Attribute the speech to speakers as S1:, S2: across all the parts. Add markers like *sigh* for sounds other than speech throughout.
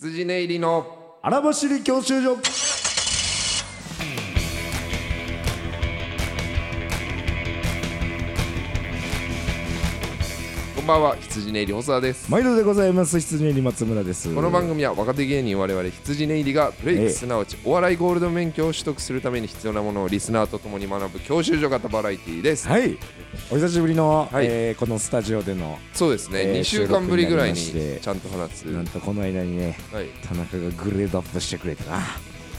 S1: 辻根入りの
S2: 荒走り教習所
S1: こんばんは羊根入り細田です
S2: 毎度でございます羊入り松村です
S1: この番組は若手芸人我々羊根入りがブレイク、
S2: ええ
S1: すなわちお笑いゴールド免許を取得するために必要なものをリスナーと共に学ぶ教習所型バラエティーです、
S2: はいお久しぶりの、
S1: はい
S2: えーこのスタジオでの
S1: そうですね、
S2: ええ
S1: 2週間ぶりぐらいに
S2: 収録になりまして
S1: ちゃんと話す
S2: なんとこの間にね
S1: はい
S2: 田中がグレードアップしてくれ
S1: *laughs*
S2: たな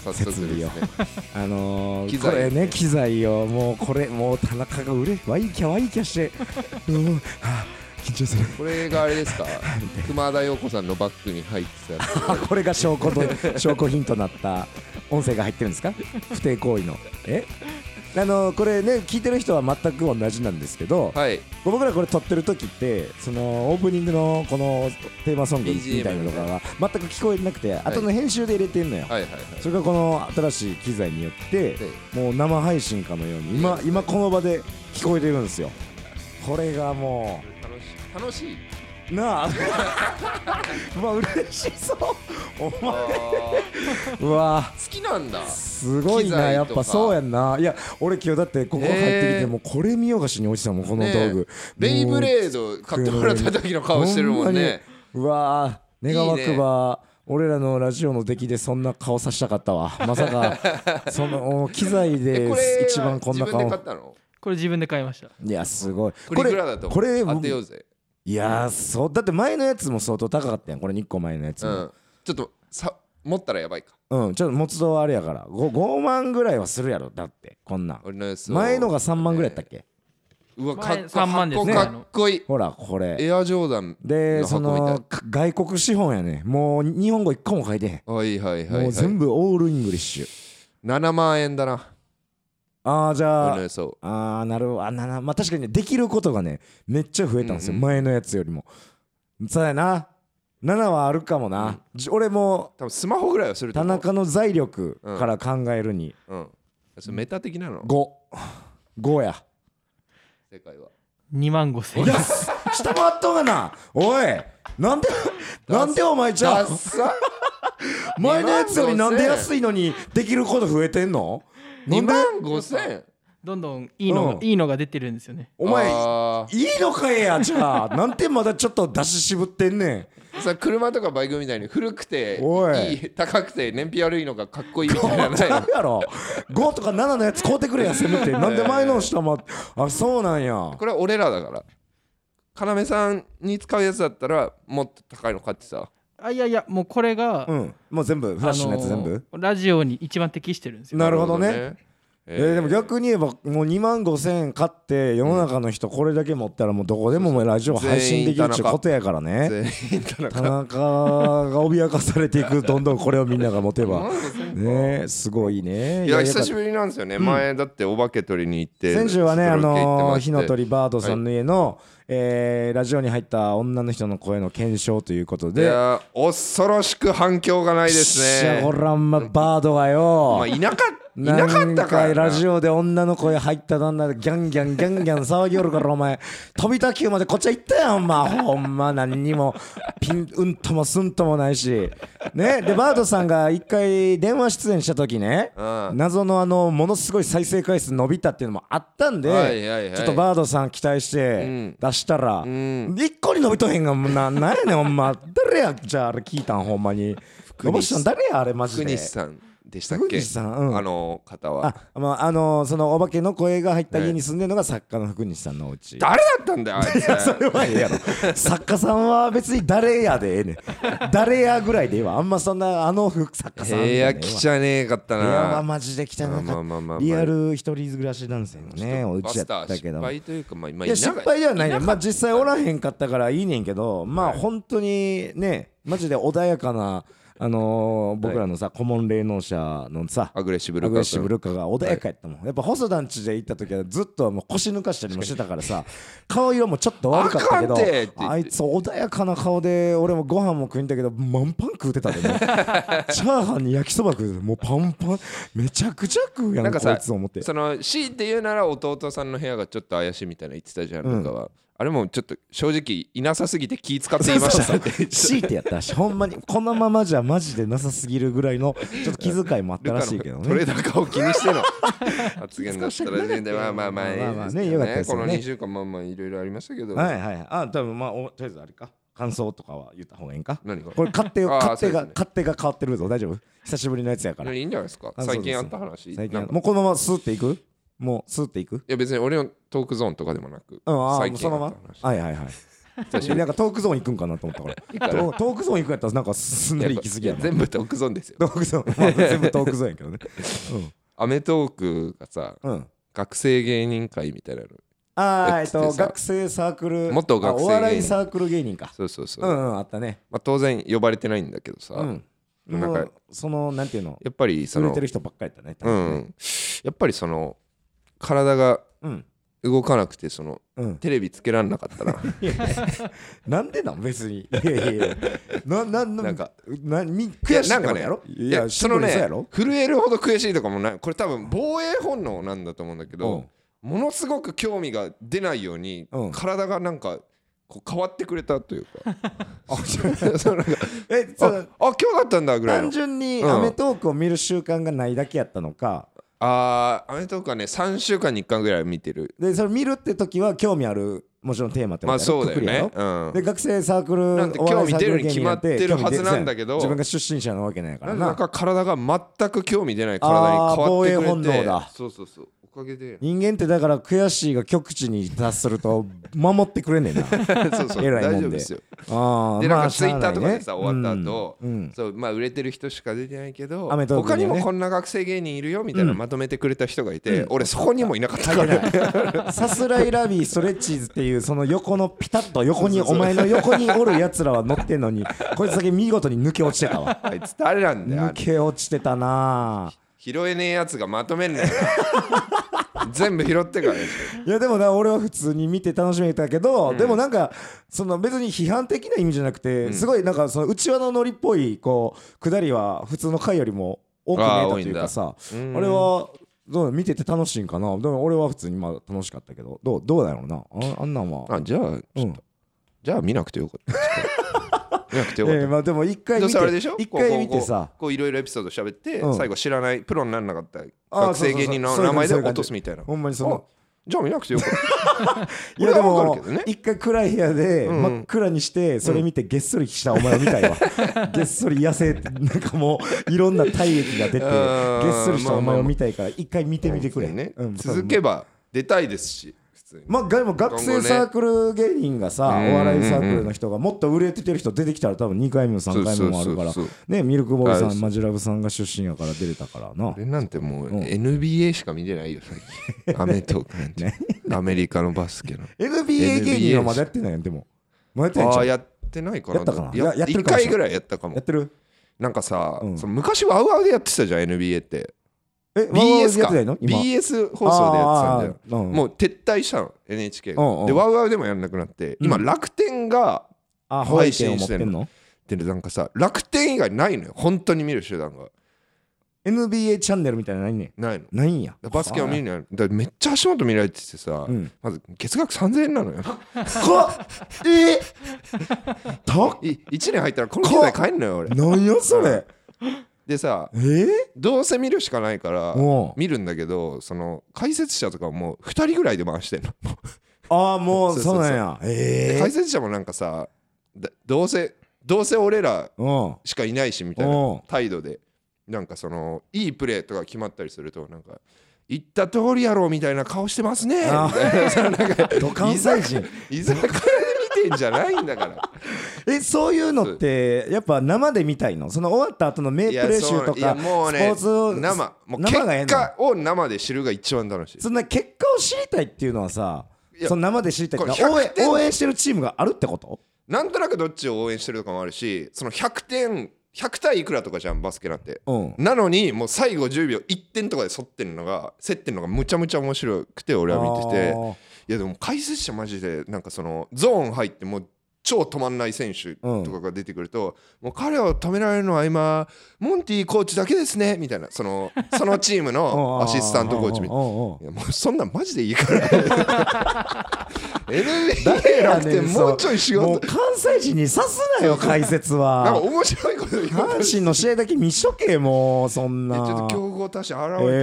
S1: 早速ですね
S2: 設あのー、
S1: 機材
S2: これね機材をもうこれもう田中がうれわいきゃわいきゃして *laughs* うんはあ緊張
S1: *laughs*
S2: する
S1: これがあれです
S2: *laughs*
S1: か熊田曜子さんのバッグに入ってたやつ
S2: あこれが証拠と証拠品となった音声が入ってるんですか不定行為のえあのこれね聞いてる人は全く同じなんですけど、
S1: はい
S2: 僕らこれ撮ってる時ってそのオープニングのこのテーマソングみたいなのが全く聞こえなくて、後の編集で入れてんのよ、
S1: はいはいはい
S2: それがこの新しい機材によって、もう生配信かのように今今この場で聞こえてるんですよこれがも
S1: 楽しい楽しいう *laughs*
S2: なあうわ嬉しそうお前
S1: あ
S2: *laughs*
S1: ー
S2: うわ
S1: 好きなんだ
S2: すごい
S1: 機
S2: な
S1: 材
S2: や
S1: と
S2: っ
S1: か
S2: ぱそうやんないや俺今日だってここ入ってき
S1: ねえ
S2: てもうこれ見よがしに落ちたもんこの道具、
S1: ねベイブ
S2: ー
S1: レード買ってもらった時の顔してるもんね
S2: うわー願わくば俺らのラジオの出来でそんな顔させたかっ
S1: *laughs*
S2: たわまさかそのお機材で
S1: えこれ
S2: 一番こんな
S1: 自分で買
S2: 顔
S1: ったの
S3: これ自分で買いました
S2: いやすごい
S1: これいくらだと
S2: これ
S1: 当てようぜ
S2: いやーそうだって前のやつも相当高かったやんこれ2個前のやつ
S1: う
S2: も
S1: んちょっとさ持ったらやばいか
S2: うん、ちょっと持つとあれやから 5, 5万ぐらいはするやろだってこんなん
S1: 俺のやつを
S2: 前のが3万ぐらいやったっけ
S1: うわかっ
S3: 前
S1: こ
S3: 3万ですね
S1: かっこいい
S2: ほらこれ
S1: エアジョーダン
S2: で
S1: の
S2: そ
S1: 箱みたい
S2: のか外国資本やねもう日本語1個も書いてへん
S1: はいはいはい
S2: も
S1: は
S2: う
S1: い
S2: 全部オールイングリッシュ
S1: 7万円だな
S2: ああじゃ
S1: 俺
S2: あ
S1: のやつを
S2: あーなるほどあななまあ確かにねできることがねめっちゃ増えたんですよ、
S1: うんうん
S2: 前のやつよりもそうやな7はあるかもな、じ俺も
S1: 多分スマホぐらいはすると
S2: 田
S1: 思う
S2: 中の財力から考えるに
S1: うんそれメタ的なの
S2: 55や
S1: 世界は
S3: 2万5千
S2: い
S3: 円
S2: やす下回っとんがなおいなんでなんでお前じゃあ
S1: ダッ
S2: *laughs*
S1: サ
S2: 前のやつより
S1: 25000
S2: なんで安いのにできること増えてんのな
S1: 2
S2: んで
S1: 万5000円
S3: どんどんいいのが、
S2: うん
S3: いいのが出てるんですよね
S2: お前
S1: あ
S2: いいのかえやじゃあなんでまだちょっと出し渋ってんねん
S1: ーさ車とかバイクみたいに古くて
S2: おい
S1: いい高くて燃費悪いのがかっこいいみ
S2: *laughs*
S1: たいなの
S2: ち
S1: ない
S2: ゃ
S1: の
S2: うやろ5とか7のやつ買うてくれやせめてなんで前の下回ってあそうなんや
S1: これは俺らだから要さんに使うやつだったらもっと高いの買ってさ
S3: あいやいやもうこれ
S2: う
S3: が、あ
S2: んもう全部フラ
S3: の
S2: ッシュのやつ全部
S3: ラジオに一番適してるんですよ
S2: なるほどね
S1: え
S2: えーでも逆に言えばもう2万5000円買って世の中の人これだけ持ったらもうどこでももうラジオ配信できるっちゅうことやからね
S1: 全員田中
S2: 田中が脅かされていくどんどんこれをみんなが持てばねえすごいね
S1: いや久し
S2: ぶ
S1: ぶりなんですよね、前だってお化け取りに行って
S2: 先週はね、あのー、火の
S1: り
S2: 鳥バードさんの家の、えーラジオに入った女の人の声の検証ということ
S1: い
S2: で、
S1: やー恐ろしく反響がないです
S2: よっしゃこ
S1: ね
S2: らんまバードが
S1: ま
S2: よ
S1: あいなかっいなかったから
S2: 何回ラジ
S1: オ
S2: オで女の声入った旦那でギャンギャンギャンギャン騒ぎよるからお前飛びた球までこっちは行ったやんお前ほんま何にもピンうんともすんともないしねでバードさんが一回電話出演した時ね
S1: うん
S2: 謎のあのものすごい再生回数伸びたっていうのもあったんで、
S1: はいはいはい
S2: ちょっとバードさん期待し
S1: う
S2: て
S1: ん
S2: 出したら、
S1: ん
S2: 一個に伸びとへんがもうななんやねんほんま誰やじゃああれ聞いたんほんまに伸ばしたん誰やあれマジ
S1: 福
S2: で
S1: 西さんでしたっけ
S2: 福西さんうん
S1: あの方は
S2: あ、まあ、あのそのお化けの声が入った家に住んでるのが作家の福西さんのお家。
S1: 誰だったんだよあいつ
S2: それはええ
S1: *laughs*
S2: やろ作家さんは別に誰やでええねん誰やぐらいでええわあんまそんなあの作家さん
S1: 部屋来ちゃねえかった
S2: 部屋は
S1: な
S2: マジで汚か
S1: まあまあま
S2: っ
S1: あ
S2: たリアル一人暮らし男性のね
S1: バ
S2: お家や
S1: ス
S2: っ
S1: ター
S2: たけ
S1: 失
S2: ど
S1: 敗というかまあ今
S2: いや失敗ではないねまあ実際おらへんかったからいいねんけどまあ
S1: はい
S2: 本当にねマジで穏やかなあのー僕らのさ顧問霊能者のさ
S1: アグレッシブ
S2: ア
S1: ル
S2: グレッシブ
S1: ル
S2: ルカが穏やかやったもん、やっぱ細団地で行った時はずっともう腰抜かしたりもしてたからさ顔色もちょっと悪かったけ
S1: あかん
S2: ど
S1: てって言って
S2: あいつ穏やかな顔で俺もご飯も食いんだけど満パン食うてたで
S1: *laughs*
S2: もうチャーハンに焼きそば食うてもうパンパンめちゃくちゃ食うやん
S1: なんか
S2: こ
S1: さ
S2: いつ思って
S1: その C って言うなら弟さんの部屋がちょっと怪しいみたいな言ってたじゃん、
S2: うん
S1: とかはあれもちょっと正直いなさすぎて気使っていました
S2: *laughs*
S1: って言って
S2: 強いてやったしほんまにこのままじゃマジでなさすぎるぐらいのちょっと気遣いもあった
S1: ルカの
S2: らしいけど
S1: *laughs* トレ
S2: ね
S1: ーダー顔気にしての *laughs* 発言だったらしいんでまあまあまあいい
S2: まあまあ
S1: です
S2: ね
S1: けど
S2: よかったです
S1: こ
S2: よね
S1: の2週間まあまあいろいろありましたけど、
S2: はいはいはいあ多分まあおとりあえずあれか感想とかは言った方がいいんか
S1: 何が
S2: これ勝手
S1: あー
S2: 勝手
S1: そう
S2: が
S1: ですね
S2: 勝手が変わってるぞ大丈夫久しぶりのやつやから
S1: いいんじゃないですか
S2: あ
S1: 最近
S2: そ
S1: あっ
S2: うです
S1: た話
S2: 最
S1: な
S2: 近
S1: んか
S2: もうこのままスーっていくもうスーっていく
S1: いや別に俺のトークゾーンとかでもなく、
S2: うんああ
S1: 最
S2: もう
S1: 近
S2: そのま
S1: あった話
S2: まはいはいはい
S1: 久しぶり
S2: なんかトークゾーン行くんかなと思ったから
S1: 行ったら
S2: トートークゾーン行くやったらなんかすんなり行き過ぎや
S1: い
S2: な
S1: や全部トークゾーンですよ
S2: トークゾーン、まあ、全部トークゾーンやけどね
S1: アメトークがさ
S2: うん、うん、
S1: 学生芸人会みたいなの
S2: ああ
S1: *laughs* や
S2: えっ
S1: つでさ
S2: と学生サークル
S1: 元学生芸人
S2: あお笑いサークル芸人か
S1: そうそうそうう、
S2: ん
S1: ま
S2: うんあったね
S1: あ、当然呼ばれてないんだけどさ、
S2: うん
S1: なんか
S2: もうそのなんていうの
S1: やっぱりそ
S2: 売れ
S1: の
S2: てる人ばっかりやったね多
S1: う
S2: 分ね
S1: んやっぱりその体が
S2: うん
S1: 動かなくてその
S2: うん、
S1: テレビつけらんなかった
S2: *laughs*
S1: な
S2: なんでなん別にいやい
S1: *laughs*
S2: やいやななな
S1: なんか
S2: なみ悔しい
S1: な
S2: なん
S1: か
S2: んか
S1: ね
S2: ねやろい
S1: い
S2: や
S1: やその
S2: シンプルにそ
S1: ね
S2: うやろ
S1: 震えるほど悔しいとかもないこれ多分防衛本能なんだと思うんだけ
S2: う
S1: ど
S2: ん
S1: ものすごく興味が出ないように
S2: うん
S1: 体がなんかこう変わってくれたというか
S2: *laughs*
S1: *laughs*
S2: あちょ
S1: そのなんか
S2: え
S1: あ
S2: そ
S1: あ
S2: の
S1: 今日だったんだぐらい
S2: 単
S1: の
S2: 純に
S1: うん
S2: アメトークを見る習慣がないだけやったのか
S1: あーアメトークはね3週間に1回ぐらい見てる
S2: でそれ見るって時は興味あるもちろんテーマってこ
S1: ま
S2: と
S1: あそうだよ
S2: くくりや
S1: ね
S2: ろ
S1: うん
S2: で学生サークル
S1: なんて
S2: お笑いサークル
S1: 興味出るに決まってる
S2: 芸人や
S1: はずなんだけど
S2: 興味出そうや自分が出身者なわけないから
S1: なん
S2: な
S1: か体が全く興味出ない体に変わってくれて
S2: あー防衛本能だ
S1: そうそうそうおかげ
S2: *laughs*
S1: で
S2: 人間ってだから悔しいが極致に達すると守ってくれ
S1: *laughs*
S2: ねえな
S1: そうそう
S2: えら
S1: 大
S2: い
S1: 丈夫
S2: もんで
S1: ですよ
S2: あ
S1: でな
S2: ー
S1: ん
S2: まあ
S1: かツイッターとかで
S2: しゃ
S1: さ
S2: あ
S1: 終わ
S2: な
S1: っ
S2: い
S1: た
S2: ね
S1: 後
S2: うんうん
S1: そうまあ売れてる人しか出てないけど
S2: アメトーク
S1: 他
S2: に
S1: に
S2: はね
S1: もこんな学生芸人いるよみたいなまとめてくれた人がいて俺そこにもいなかった
S2: 書
S1: か
S2: い
S1: ら
S2: てないさすらいラビーストレッチーズっていうその横のピタッと横にお前の横におるやつらは乗ってんの *laughs* にこいつだけ見事に抜け落ちてたわ
S1: あいつ誰なんだよあ
S2: 抜
S1: の
S2: け落ちてたなあ
S1: 拾えねえやつがまとめん
S2: *laughs*
S1: ね全部拾ってからでしょ
S2: いやでもな俺は普通に見て楽しめたけど、でもなんかその別に批判的な意味じゃなくて、すごいなんかその内輪のノリっぽいこう下りは普通の回よりも多く見えたというかさあ
S1: いんだ
S2: れはどうなの見てて楽しいんかなでも俺は普通にまあ楽しかったけどどうどうだろうなああんなんは、
S1: あじゃあ
S2: うん、
S1: じゃあ見なくてよか
S2: *laughs*
S1: った。見なくてよかっ
S2: ええ
S1: た。
S2: まあでも一回
S1: どう
S2: 見
S1: せ
S2: て
S1: あれでしょ
S2: 一
S1: こうこ
S2: 回
S1: う
S2: 見てさ
S1: こうこういろいろエピソード喋って、
S2: うん
S1: 最後知らないプロにならなかった
S2: あー
S1: 学生芸人の名前で
S2: そうそうそうそういう感じ
S1: 落とすみたいな。
S2: ほんまにその
S1: あじゃあ見なくてよかった。
S2: いやで
S1: 俺はわ
S2: も
S1: かるけどね
S2: 一回暗い部屋で
S1: んうん
S2: 真っ暗にしてそれ見てげっそりしたお前を見た
S1: *laughs*
S2: いわげっそり痩せなんかもういろんな体液が出てげ
S1: *laughs* あー
S2: っそりしたお前を見たいから一回見てみてくれ
S1: ね
S2: うん
S1: 続けば出たいですし、普通に。
S2: まあでも学生サークル芸人がさお
S1: 今後ね
S2: 笑いサークルの人がもっと売れててる人出てきたら多分2回目も3回目もあるから
S1: そうそうそう
S2: ねミルクボーイさ
S1: あそ
S2: んマジラブさんが出身やから出れたからな
S1: 俺なんてもううん NBA しか見てないよ、最
S2: *laughs*
S1: 近。アメトークなんて。アメリカのバスケの。
S2: NBA 芸人はまだやってないやんでもまだやってないんち
S1: あ
S2: ゃ
S1: あ、
S2: う
S1: やってないかな。
S2: やったかなややって
S1: 1
S2: るかもしれ
S1: 回
S2: ん
S1: ぐらいやったか
S2: やっ
S1: も。
S2: てる
S1: なんかさ、
S2: うん
S1: その昔はアウアウでやってたじゃん、NBA って。
S2: え
S1: BS
S2: や
S1: か
S2: ってないの今
S1: BS 放送でやってたんだよ
S2: あーあーあーうん
S1: もう撤退したの NHK が
S2: うんうん
S1: でワウワウでもやんなくなって今
S2: うん
S1: 楽天が
S2: あ、
S1: 配
S2: 配
S1: 信
S2: 信
S1: し
S2: を持ってて
S1: んの
S2: ん
S1: で
S2: の
S1: なんかさ楽天以外ないのよ本当に見る手段が
S2: ?NBA チャンネルみたいなのないね。
S1: ないの
S2: ないんや。
S1: バスケを見る
S2: る。
S1: にはだからめっちゃ足元見られててさ、
S2: うん
S1: まず月額3000円な
S2: *laughs*
S1: のよ
S2: 高っえー高っ
S1: 1年入ったらこの機材買えんのよ俺
S2: 何やそれ
S1: でさ
S2: えー
S1: どうせ見るしかないから
S2: おう
S1: 見るんだけどその解説者とかもう2人ぐらいで回してんの
S2: ああ、も
S1: そう
S2: う
S1: そうそう
S2: そうなんや。
S1: で
S2: え
S1: 解説者もなんかさだどうせどうせ俺ら
S2: え。うん。
S1: しかいないしみたい
S2: お
S1: な
S2: う
S1: 態度でなんかそのいいプレーとか決まったりするとなんか言った通りやろうみたいな顔してますねみ
S2: あ
S1: たいなそのなんか
S2: 土管祭人。
S1: 居酒屋で見てんじゃないんだ
S2: *laughs*
S1: から
S2: え、そういうのって、やっぱ生で見たいのその終わった後の名プ
S1: いや
S2: レー
S1: そう
S2: 集と
S1: いや
S2: か、
S1: もうね
S2: スポーツ
S1: 生もう
S2: 生がええ
S1: 結
S2: の
S1: 果を生で知るが一番楽しい
S2: そんな結果を知りたいっていうのはさ
S1: いや、
S2: その生で知りたいって
S1: これ
S2: のは応
S1: 100点
S2: 援応援してるチームがあるってこと
S1: なんとなくどっちを応援してるとかもあるしその100点100対いくらとかじゃんバスケなんて
S2: うん。
S1: なのにもう最後10秒1点とかで競ってるのが競ってるのがむちゃむちゃ面白くて俺は見てて
S2: あー
S1: いやでも解説者マジでなんかそのゾーン入ってもう超止まんない選手とかが出てくると、もう彼を止められるのは今モンティコーチだけですねみたいなそのそのチームのアシスタントコーチみたいな。いやもうそんなんマジでいいから NBA なくてもうちょい仕
S2: もう
S1: 事
S2: 関西人に刺すなよ解説
S1: なんか
S2: は
S1: 面白いこと言うから
S2: 阪神の試合だけ見しとけもうそん
S1: え
S2: な
S1: ちょっと競合他社現れてほしいな、
S2: え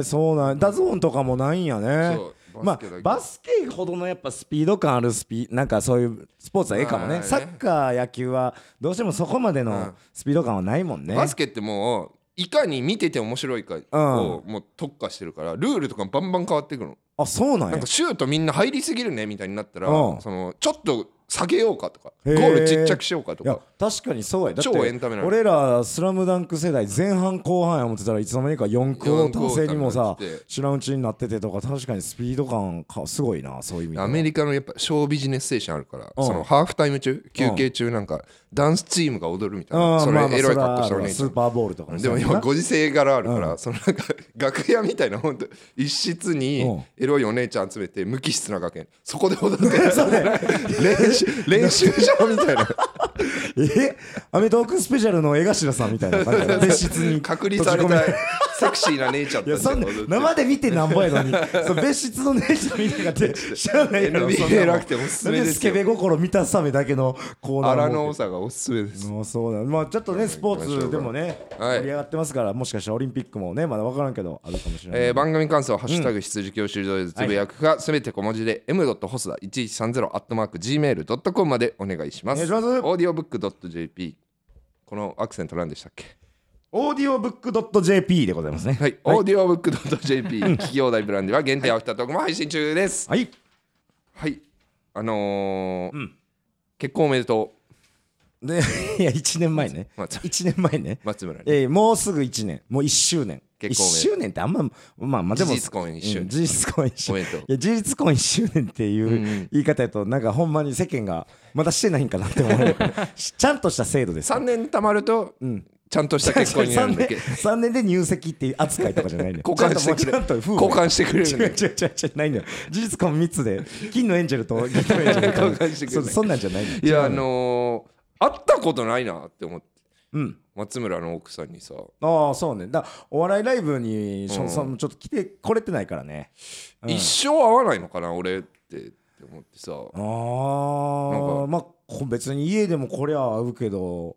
S2: ー、そうなんダゾーンとかもないんやね
S1: そう
S2: ま
S1: バ
S2: あ
S1: スケだけ、
S2: バスケほどのやっぱスピード感あるスピなんかそういうスポーツはええかもね,、
S1: まあね
S2: サッカー野球はどうしてもそこまで
S1: う
S2: の
S1: ん
S2: スピード感はないもんね、
S1: バスケってもういかに見てて面白いかをもう特化してるからルールとかバンバン変わってくるの
S2: あそうなん
S1: な
S2: や
S1: んかシュートみんな入りすぎるねみたいになったら
S2: うん
S1: そのちょっと下げようかとか
S2: へ
S1: ゴ
S2: ー
S1: ールちっちゃくしようかと
S2: いや
S1: か
S2: 確かにそうやだって
S1: 超エンタメなの
S2: 俺ら「スラムダンク世代前半後半や思ってたらいつの間にか4クォーター制にも
S1: 四
S2: さ
S1: クォーターになって
S2: 知らんうちになっててとか確かにスピード感かすごいなそういう意味では
S1: アメリカのやっぱショービジネス精神あるから
S2: うん
S1: そのハーフタイム中休憩中なんかダンスチームが踊るみたい
S2: うん
S1: なそ
S2: まあ
S1: れ
S2: まあ
S1: エロい
S2: それは
S1: 格好したお姉ち
S2: ス
S1: ゃ
S2: ー
S1: ん
S2: パーボールとか
S1: でも
S2: そうや
S1: 今
S2: な
S1: ご時世柄あるから、そのなんか *laughs* 楽屋みたいな本当一室
S2: うん
S1: にエロいお姉ちゃん集めて無機質な学園そこで踊って
S2: *laughs* そうね
S1: 練
S2: *laughs*
S1: 習練習場みたいな
S2: えアメトークスペシャルの江頭さんみたいな感じで
S1: *laughs*
S2: 別室に
S1: 隔離され
S2: 閉じ
S1: た
S2: 込め
S1: セクシーな姉ちゃん
S2: いや
S1: たち
S2: そ
S1: が
S2: んな
S1: 踊って
S2: 生で見てなんぼやのにそう別室の姉ちゃんみたいな感じで知らないやろ
S1: NBA
S2: そんなもん
S1: なくておすすめ
S2: なん
S1: ですよ
S2: スケベ心満たすためだけのコーナー
S1: 荒
S2: 設けて
S1: の多さがおすすめです
S2: もうそうだまあちょっとねスポーツでもね
S1: はい
S2: 盛り上がってますからもしかしたらオリンピックもねまだ分からんけどあるかもしれない
S1: えー番組感想はハッシュタグ羊教習所でつぶやくか、すべて小文字で m. ホスダ1130 gmail.com までお願いします
S2: お願いします
S1: オーディオブック .jp このアクセント何でしたっけ
S2: オーディオブックドット JP でございますね
S1: はい、オーディオブックドット JP 企業大ブランディは限定アフタートークも配信中です。
S2: はい
S1: はい、あのー
S2: うん
S1: 結婚おめでと
S2: で *laughs* いや1年前ね
S1: *laughs* 松
S2: 1年前ね
S1: う松村に。
S2: えーもうすぐ1年もう1周年1
S1: 結婚おめでとう
S2: 周年ってあんままあまあでも
S1: 事実婚一周年
S2: うん事実婚1周
S1: おめ
S2: 年い
S1: でとう
S2: や事実婚1周年っていう言い方やとなんかほんまに世間がまだしてないんかなって思
S1: *laughs*
S2: うしちゃんとした制度です
S1: 三年たまると、ちゃんとした結婚になるんだっけ。
S2: 3年で入籍っていう扱いとかじゃないんだ
S1: *laughs*
S2: よ
S1: 交換してくれ
S2: ちゃんともうちゃんと夫婦
S1: 交換してくれるん
S2: 違う
S1: だよ。
S2: 違う違う違うないんだよ事実婚3つで金のエンジェルと銀のエンジェルみたいな
S1: *laughs* 交換してくれない
S2: そそんなんじゃないんだよ
S1: いや
S2: 違
S1: あ
S2: うの
S1: のー会ったことないなって思って
S2: うん
S1: 松村の奥さんにさ
S2: ああそうねだお笑いライブにしょ、
S1: うん
S2: そのちょっと来てこれてないからねうん
S1: 一生会わないのかな俺ってって思ってさあ
S2: あ
S1: な
S2: あ
S1: んか
S2: まあこ別に家でもこりゃ合うけど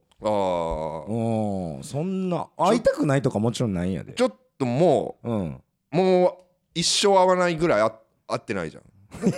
S1: ー
S2: うんそんな会いたくないとかもちろんないんやで
S1: ちょっとも
S2: うん
S1: うもう一生会わないぐらいあ会ってないじゃん。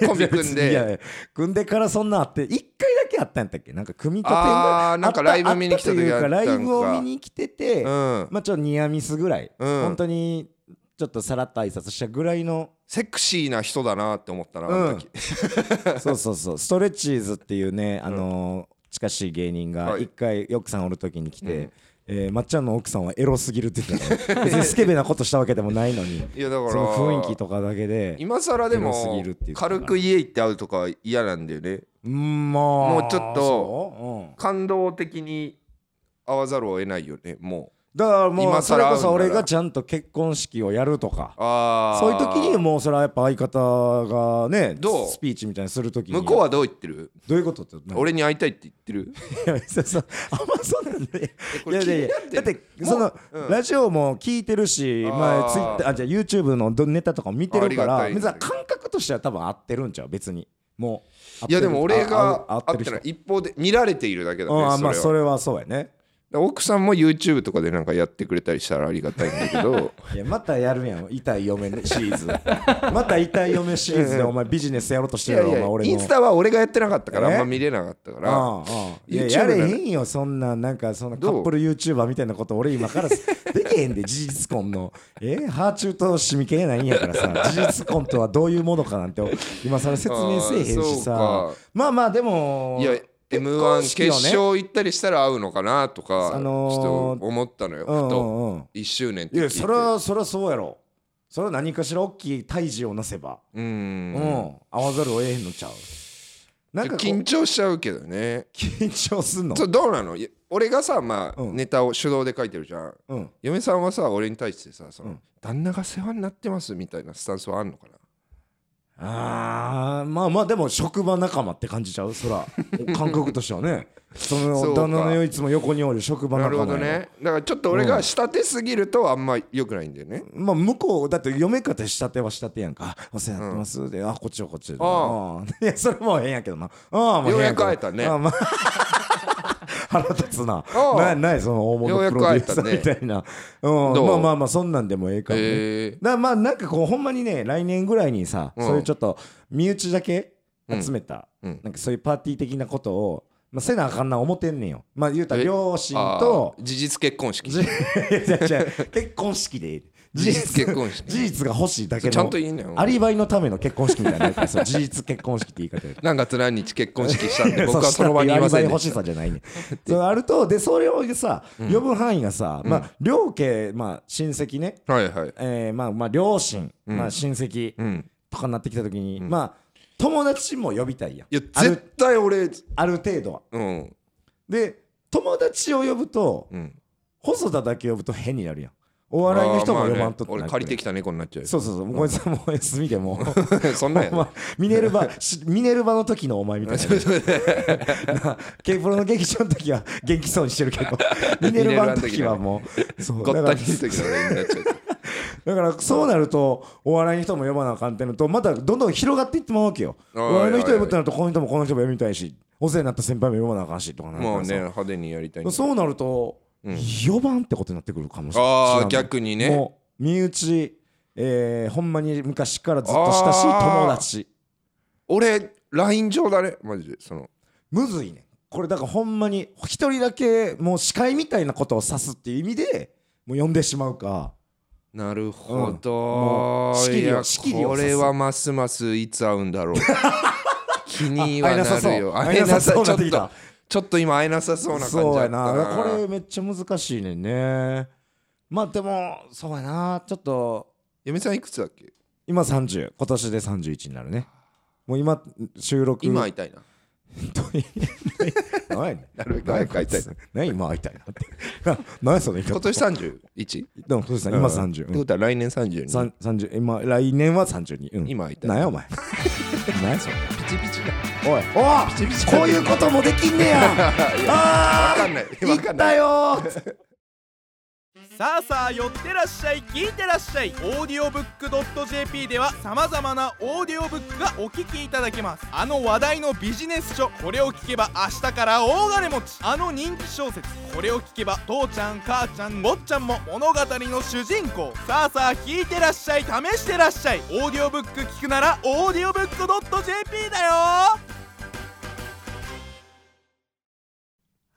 S1: コンビ組ん
S2: いや
S1: で
S2: いや組んでからそんなあって一回だけあったんやったっけなんか組み立て
S1: あーなんか
S2: あった
S1: ライブ見に来た時
S2: あっというか
S1: あ
S2: ラ
S1: ったんか
S2: イブを見に来てて、
S1: うん、
S2: まあちょっとニアミスぐらい、
S1: うん
S2: 本当にちょっとさらっと挨拶したぐら
S1: *laughs*
S2: いの
S1: セクシーな人だなって思ったな、
S2: うん
S1: あの時 *laughs*
S2: そうそうそうストレッチーズっていうね、あのー近しい芸人が
S1: はい
S2: 一回奥さんおる時に来て、
S1: うん
S2: えーまっちゃんの奥さんはエロすぎるって言ってたから別にスケベなことしたわけでもないのに
S1: いやだから
S2: その雰囲気とかだけで
S1: 今更で
S2: エロすぎ
S1: も
S2: るっていうか
S1: 軽く家行って会うとか嫌なんだよね
S2: うんまあ
S1: もうちょっと
S2: と
S1: 感動的に会わざるを得ないよねも
S2: だからもう
S1: 今
S2: それ
S1: 更会うんな
S2: こ
S1: ら
S2: そ俺がちゃんと結婚式をやるとか
S1: うああ
S2: そういう時にもうそれはやっぱ相方がね
S1: どう
S2: スピーチみたいにする時に
S1: 向こうはどう言ってる
S2: どういうことって何
S1: 俺に会いたいって言ってる
S2: *laughs* いやそうそうあんまそうなんだよ
S1: こ
S2: い
S1: れ
S2: やいやいやだってその
S1: うん
S2: ラジオも聞いてるし
S1: あー
S2: まあツイッターあじゃあ YouTube のどネタとかも見て
S1: あ
S2: る
S1: り
S2: か
S1: が
S2: ら
S1: たい
S2: 別に感覚としては多分合ってるんちゃう別にもう
S1: いやでも俺が
S2: 合
S1: 会
S2: って
S1: って
S2: る人
S1: ない一方で見られているだけだね
S2: うんあ
S1: それ
S2: まあ
S1: は
S2: それはそうやね
S1: 奥さんも YouTube とかでなんかやってくれたりしたらありがたいんだけ
S2: *laughs*
S1: ど
S2: いやまたやるやん痛い嫁シリーズまた痛い嫁シリーズでお前ビジネスやろうとし
S1: い
S2: てる
S1: やい
S2: やろお前
S1: や
S2: 俺
S1: イ
S2: の
S1: ンスタは俺がやってなかったからあ
S2: え
S1: んま見れなかったから
S2: ああいや
S1: YouTube
S2: やれへんよそんななんかそのカ
S1: どう
S2: ップル YouTuber みたいなこと俺
S1: *laughs*
S2: 今からすできへんで事実婚のえー、ハーチューとシミケやないんやからさ事実婚とはどういうものかなんて今更説明せえへん
S1: あー
S2: し
S1: そ
S2: さ
S1: うか
S2: まあまあでも
S1: いや m 1
S2: 式を
S1: 決
S2: ね
S1: 勝行ったりしたら会うのかなとか、
S2: あのー
S1: ちょっと思ったのよ、
S2: うん
S1: ふと
S2: うんうん
S1: 1周年って
S2: い
S1: 聞い
S2: や
S1: て
S2: それはそれはそうやろそれは何かしら大きい胎児をなせば
S1: う
S2: うんん、合わざるを得へんのちゃうなんかこう
S1: 緊張しちゃうけどね
S2: 緊張すんの
S1: そうどうなのいや俺がさまあ、
S2: うん
S1: ネタを手動で書いてるじゃん
S2: うん
S1: 嫁さんはさ俺に対してさその、
S2: うん
S1: 旦那が世話になってますみたいなスタンスはあんのかな
S2: あーまあまあでも職場仲間って感じちゃうそ
S1: *laughs*
S2: ら感覚としてはねそ
S1: そ
S2: の
S1: うか
S2: 旦那のよいつも横におる職場
S1: な
S2: 仲間
S1: るほど
S2: や
S1: ねだからちょっと俺が仕立てすぎるとあんま良くないんだよね、
S2: まあ向こうだって嫁方仕立ては仕立てやんかあお世話になってますであこっちはこっちで
S1: ああ
S2: あいやそれもう変やけどなああもう変け
S1: よ
S2: ど
S1: うやく会えたね
S2: ああ *laughs* まあ腹立つな
S1: あ
S2: なないその大
S1: よう
S2: 物
S1: や
S2: プ
S1: く
S2: ロ
S1: 会
S2: デュ
S1: え
S2: ー
S1: た
S2: サ
S1: ね
S2: ーみたいなう
S1: どう
S2: んまあまあまあそんなんでもええかもね
S1: え
S2: だからまあなんかこうほんまにね来年ぐらいにさ、
S1: うん
S2: そういうちょっと身内だけ集めた、
S1: うんうん
S2: なんかそういうパーティー的なことを、まあ、せなあかんな思てんねんよまあ言うたら
S1: え
S2: 両親
S1: ー、あ
S2: と
S1: ー事実結婚
S2: *laughs*
S1: 式
S2: じいや違う違う結婚式でいい
S1: 事実結婚式
S2: 事実が欲しいだけの
S1: ちゃんと言いなよ
S2: アリバイのための結婚式みたいなやつそう事実結婚式って言い方や
S1: 何月何日結婚式したん
S2: *laughs*
S1: で僕
S2: そう
S1: はその場にいません
S2: アリバイ
S1: で
S2: 欲
S1: し
S2: したさじゃないねそうあるとでそれをさ呼ぶ範囲がさ、まあ両家まあ親戚ね
S1: はいはい
S2: えーまあまあ両親、
S1: ん
S2: まあ親戚
S1: うん
S2: とかになってきた時に、まあ友達も呼びたいやん
S1: いや
S2: ある
S1: 絶対俺
S2: ある程度は
S1: うん
S2: で友達を呼ぶと
S1: うん
S2: 細田だけ呼ぶと変になるやんお笑いの人も
S1: あーまあ
S2: 呼
S1: ね
S2: ばんとってなる
S1: 俺借りてきた猫になっちゃうよ
S2: そうそうそうもうこいつはもう休みでも
S1: *laughs*
S2: *laughs*
S1: そんなんや
S2: お前ミネルヴァしミネルヴァの時のお前みたいな *laughs* なあケイプロの劇場の時は元気そうにしてる
S1: *laughs*
S2: けどミネルヴァの時はもうそう
S1: ご
S2: だ
S1: っ
S2: か
S1: た
S2: ら
S1: にの時の俺になっちゃう
S2: だからそうなるとお笑いの人も呼ばなあかんってのとまたどんどん広がっていってまうわけよお
S1: おいおい
S2: 笑いの人呼ぶってなるとこの人もこの人も呼びたいしお世話になった先輩も呼ばなあかんしとかなるから
S1: もう
S2: さ
S1: ね派手にやりたいんだ
S2: そうなると
S1: うん
S2: 呼ばんってことになってくるかもしれない
S1: ああ逆にね
S2: もう身内えーほんまに昔からずっと親しい友達
S1: 俺ライン上だねマジでその
S2: むずいねんこれだからほんまに一人だけもう司会みたいなことを指すっていう意味でもう呼んでしまうか
S1: なるほ
S2: も
S1: ど
S2: う仕切
S1: い
S2: りを
S1: や
S2: 仕切りを
S1: これはますますいつ会うんだろう気には
S2: あ会えなさ
S1: な
S2: そう
S1: るよ
S2: 会えなさそ
S1: 会
S2: う
S1: えなさちょっ
S2: なってきた
S1: とちょっと今会えなさそうな感じだった
S2: そうやなこれめっちゃ難しいねんねまあでもそうやなちょっと
S1: 嫁さんいくつだっけ
S2: 今30今年で31になるねもう今収録
S1: 今会いたいな
S2: 何やねん
S1: なるべく早く会いたい
S2: 何 *laughs* 今会いたいなって *laughs* な何やその言い
S1: 今
S2: 方
S1: 年 31?
S2: でもそうですね今30
S1: って
S2: うん
S1: ことは来年30に
S2: 三30今来年は32うん
S1: 今会いたい
S2: 何やお前 *laughs* 何やそれ
S1: ピチピチだ
S2: おいお
S1: ピチピチ
S2: いこういうこともでき
S1: *laughs*
S2: んねやあ
S1: わかん
S2: *laughs*
S1: ない
S2: ー
S1: わ
S2: 行
S1: か
S2: っ
S1: んな
S2: た
S1: い
S2: よー
S4: さあさあ寄ってらっしゃい聞いてらっしゃいオーディオブックドット JP ではさまざまなオーディオブックがお聞きいただけますあの話題のビジネス書これを聞けば明日から大金持ちあの人気小説これを聞けば父ちゃん母ちゃん坊ちゃんも物語の主人公さあさあ聞いてらっしゃい試してらっしゃいオーディオブック聞くならオーディオブックドット JP だよ